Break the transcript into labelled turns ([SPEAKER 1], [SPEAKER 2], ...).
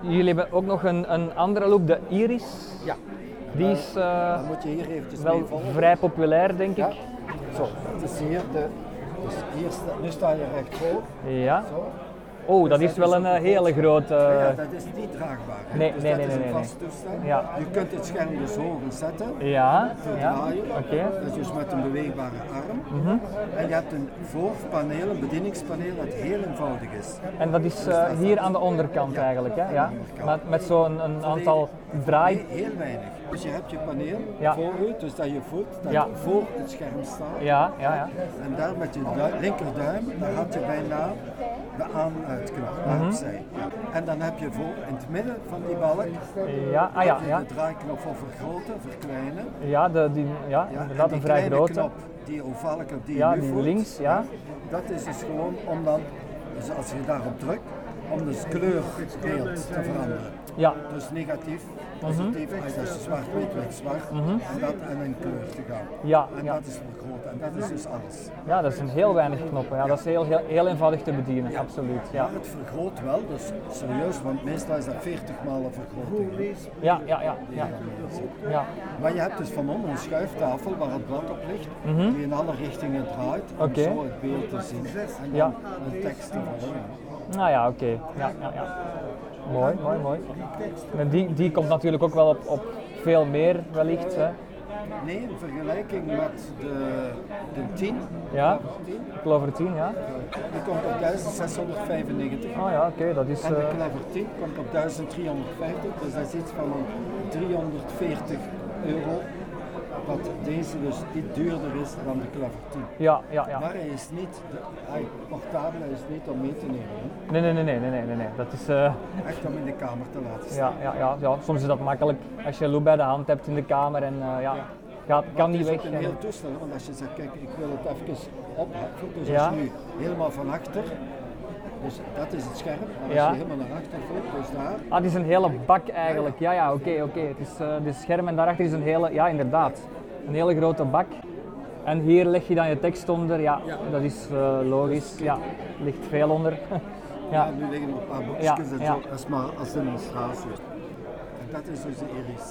[SPEAKER 1] Jullie hebben ook nog een, een andere look, de Iris.
[SPEAKER 2] Ja,
[SPEAKER 1] Die is eh,
[SPEAKER 2] dan moet je hier eventjes mee
[SPEAKER 1] wel
[SPEAKER 2] volgen.
[SPEAKER 1] vrij populair, denk
[SPEAKER 2] Ja.
[SPEAKER 1] ik.
[SPEAKER 2] Zo, dat is hier de... Dus hier sta, nu sta je recht voor.
[SPEAKER 1] Ja.
[SPEAKER 2] Zo.
[SPEAKER 1] Oh, dat
[SPEAKER 2] Dus
[SPEAKER 1] is wel een
[SPEAKER 2] ook
[SPEAKER 1] eh, hele grote. eh,
[SPEAKER 2] Ja, dat is niet draagbaar. hè.
[SPEAKER 1] nee,
[SPEAKER 2] dus
[SPEAKER 1] nee,
[SPEAKER 2] dat
[SPEAKER 1] nee,
[SPEAKER 2] is
[SPEAKER 1] nee, nee.
[SPEAKER 2] een vast toestel.
[SPEAKER 1] Ja.
[SPEAKER 2] Je kunt het scherm dus hoger zetten.
[SPEAKER 1] ja,
[SPEAKER 2] te
[SPEAKER 1] ja.
[SPEAKER 2] draaien.
[SPEAKER 1] Oké. Mhm.
[SPEAKER 2] Dat is dus met een beweegbare arm. En je hebt een voorpaneel, een bedieningspaneel dat heel eenvoudig is.
[SPEAKER 1] En dat is eh, hier aan de onderkant
[SPEAKER 2] Ja,
[SPEAKER 1] eigenlijk, hè?
[SPEAKER 2] aan de
[SPEAKER 1] Ja.
[SPEAKER 2] onderkant.
[SPEAKER 1] Met, met zo'n een aantal
[SPEAKER 2] Nee,
[SPEAKER 1] draai.
[SPEAKER 2] heel weinig. Dus je hebt je paneel
[SPEAKER 1] Ja.
[SPEAKER 2] voor u, dus dat je voet dat
[SPEAKER 1] Ja.
[SPEAKER 2] je voor het scherm staat.
[SPEAKER 1] Ja, ja, ja.
[SPEAKER 2] En daar met je du- linkerduim, daar had je bijna de aan-uitknop,
[SPEAKER 1] Mhm.
[SPEAKER 2] opzij. Ja. En dan heb je voor in het midden van die balk
[SPEAKER 1] Ja, ah ja,
[SPEAKER 2] heb je
[SPEAKER 1] ja.
[SPEAKER 2] de draaiknop voor vergroten, verkleinen.
[SPEAKER 1] Ja, de, die, ja
[SPEAKER 2] Ja, en
[SPEAKER 1] inderdaad
[SPEAKER 2] die
[SPEAKER 1] een vrij
[SPEAKER 2] kleine
[SPEAKER 1] grote.
[SPEAKER 2] knop, die ovale knop die
[SPEAKER 1] Ja,
[SPEAKER 2] je nu
[SPEAKER 1] die
[SPEAKER 2] voelt,
[SPEAKER 1] links, ja.
[SPEAKER 2] Dat is dus gewoon om dan, dus als je daarop drukt, om dus kleurbeeld te veranderen.
[SPEAKER 1] Ja,
[SPEAKER 2] Dus negatief,
[SPEAKER 1] Mhm.
[SPEAKER 2] positief, als dat is zwart, wit, wit, zwart, en dat en een kleur te gaan.
[SPEAKER 1] Ja,
[SPEAKER 2] en
[SPEAKER 1] ja.
[SPEAKER 2] dat is vergroten en dat is dus alles.
[SPEAKER 1] ja, dat zijn heel weinig knoppen. Ja, dat is heel, heel, heel eenvoudig te bedienen, absoluut. Ja.
[SPEAKER 2] Maar het vergroot wel, dus serieus, want meestal is dat 40 maal een vergroting.
[SPEAKER 1] Ja, ja, ja, ja, ja.
[SPEAKER 2] Maar je hebt dus van onder een schuiftafel waar het blad op ligt, die in alle richtingen draait, om
[SPEAKER 1] Mhm. Oké.
[SPEAKER 2] zo het beeld te zien. En
[SPEAKER 1] Ja.
[SPEAKER 2] dan de tekst te volgen.
[SPEAKER 1] Nou ja, oké. Ja, ja, ja. Mooi, mooi, mooi. En die, die komt natuurlijk ook wel op, op veel meer wellicht. Hè.
[SPEAKER 2] Nee, in vergelijking met de, de 10,
[SPEAKER 1] Ja,
[SPEAKER 2] die
[SPEAKER 1] Clover 10, ja.
[SPEAKER 2] komt op 1695.
[SPEAKER 1] Oh ja, oké, dat is...
[SPEAKER 2] En de
[SPEAKER 1] eh,
[SPEAKER 2] Clever 10 komt op 1350, dus dat is iets van een 340 euro. Dat deze dus iets duurder is dan de Clever 10.
[SPEAKER 1] ja, ja, ja.
[SPEAKER 2] Maar hij is niet, de, hij portabel hij is niet om mee te nemen. hè.
[SPEAKER 1] Nee, nee, nee, nee, nee, nee, nee, nee. Dat is... eh,
[SPEAKER 2] Echt om in de kamer te laten staan.
[SPEAKER 1] ja, ja, ja, ja, soms is dat makkelijk als je Lou bij de hand hebt in de kamer en eh, ja, gaat, kan
[SPEAKER 2] Het
[SPEAKER 1] niet
[SPEAKER 2] is
[SPEAKER 1] weg.
[SPEAKER 2] ook een
[SPEAKER 1] en-
[SPEAKER 2] heel toestel, hè, want als je zegt, kijk, ik wil het even opheffen, dus
[SPEAKER 1] Ja.
[SPEAKER 2] als je nu helemaal van achter, dus dat is het scherm, maar als
[SPEAKER 1] Ja.
[SPEAKER 2] je helemaal naar achter voelt, dus daar,
[SPEAKER 1] Ah, het is een hele bak eigenlijk. Ja, ja, oké, oké. Het is eh de scherm en daarachter is een hele, ja inderdaad, een hele grote bak. En hier leg je dan je tekst onder. Ja, dat is eh, logisch. Ja, ligt veel onder. ja.
[SPEAKER 2] ja, nu liggen er een paar boekjes
[SPEAKER 1] Ja,
[SPEAKER 2] en
[SPEAKER 1] ja.
[SPEAKER 2] zo, dat is maar als demonstratie. En dat is dus de Iris.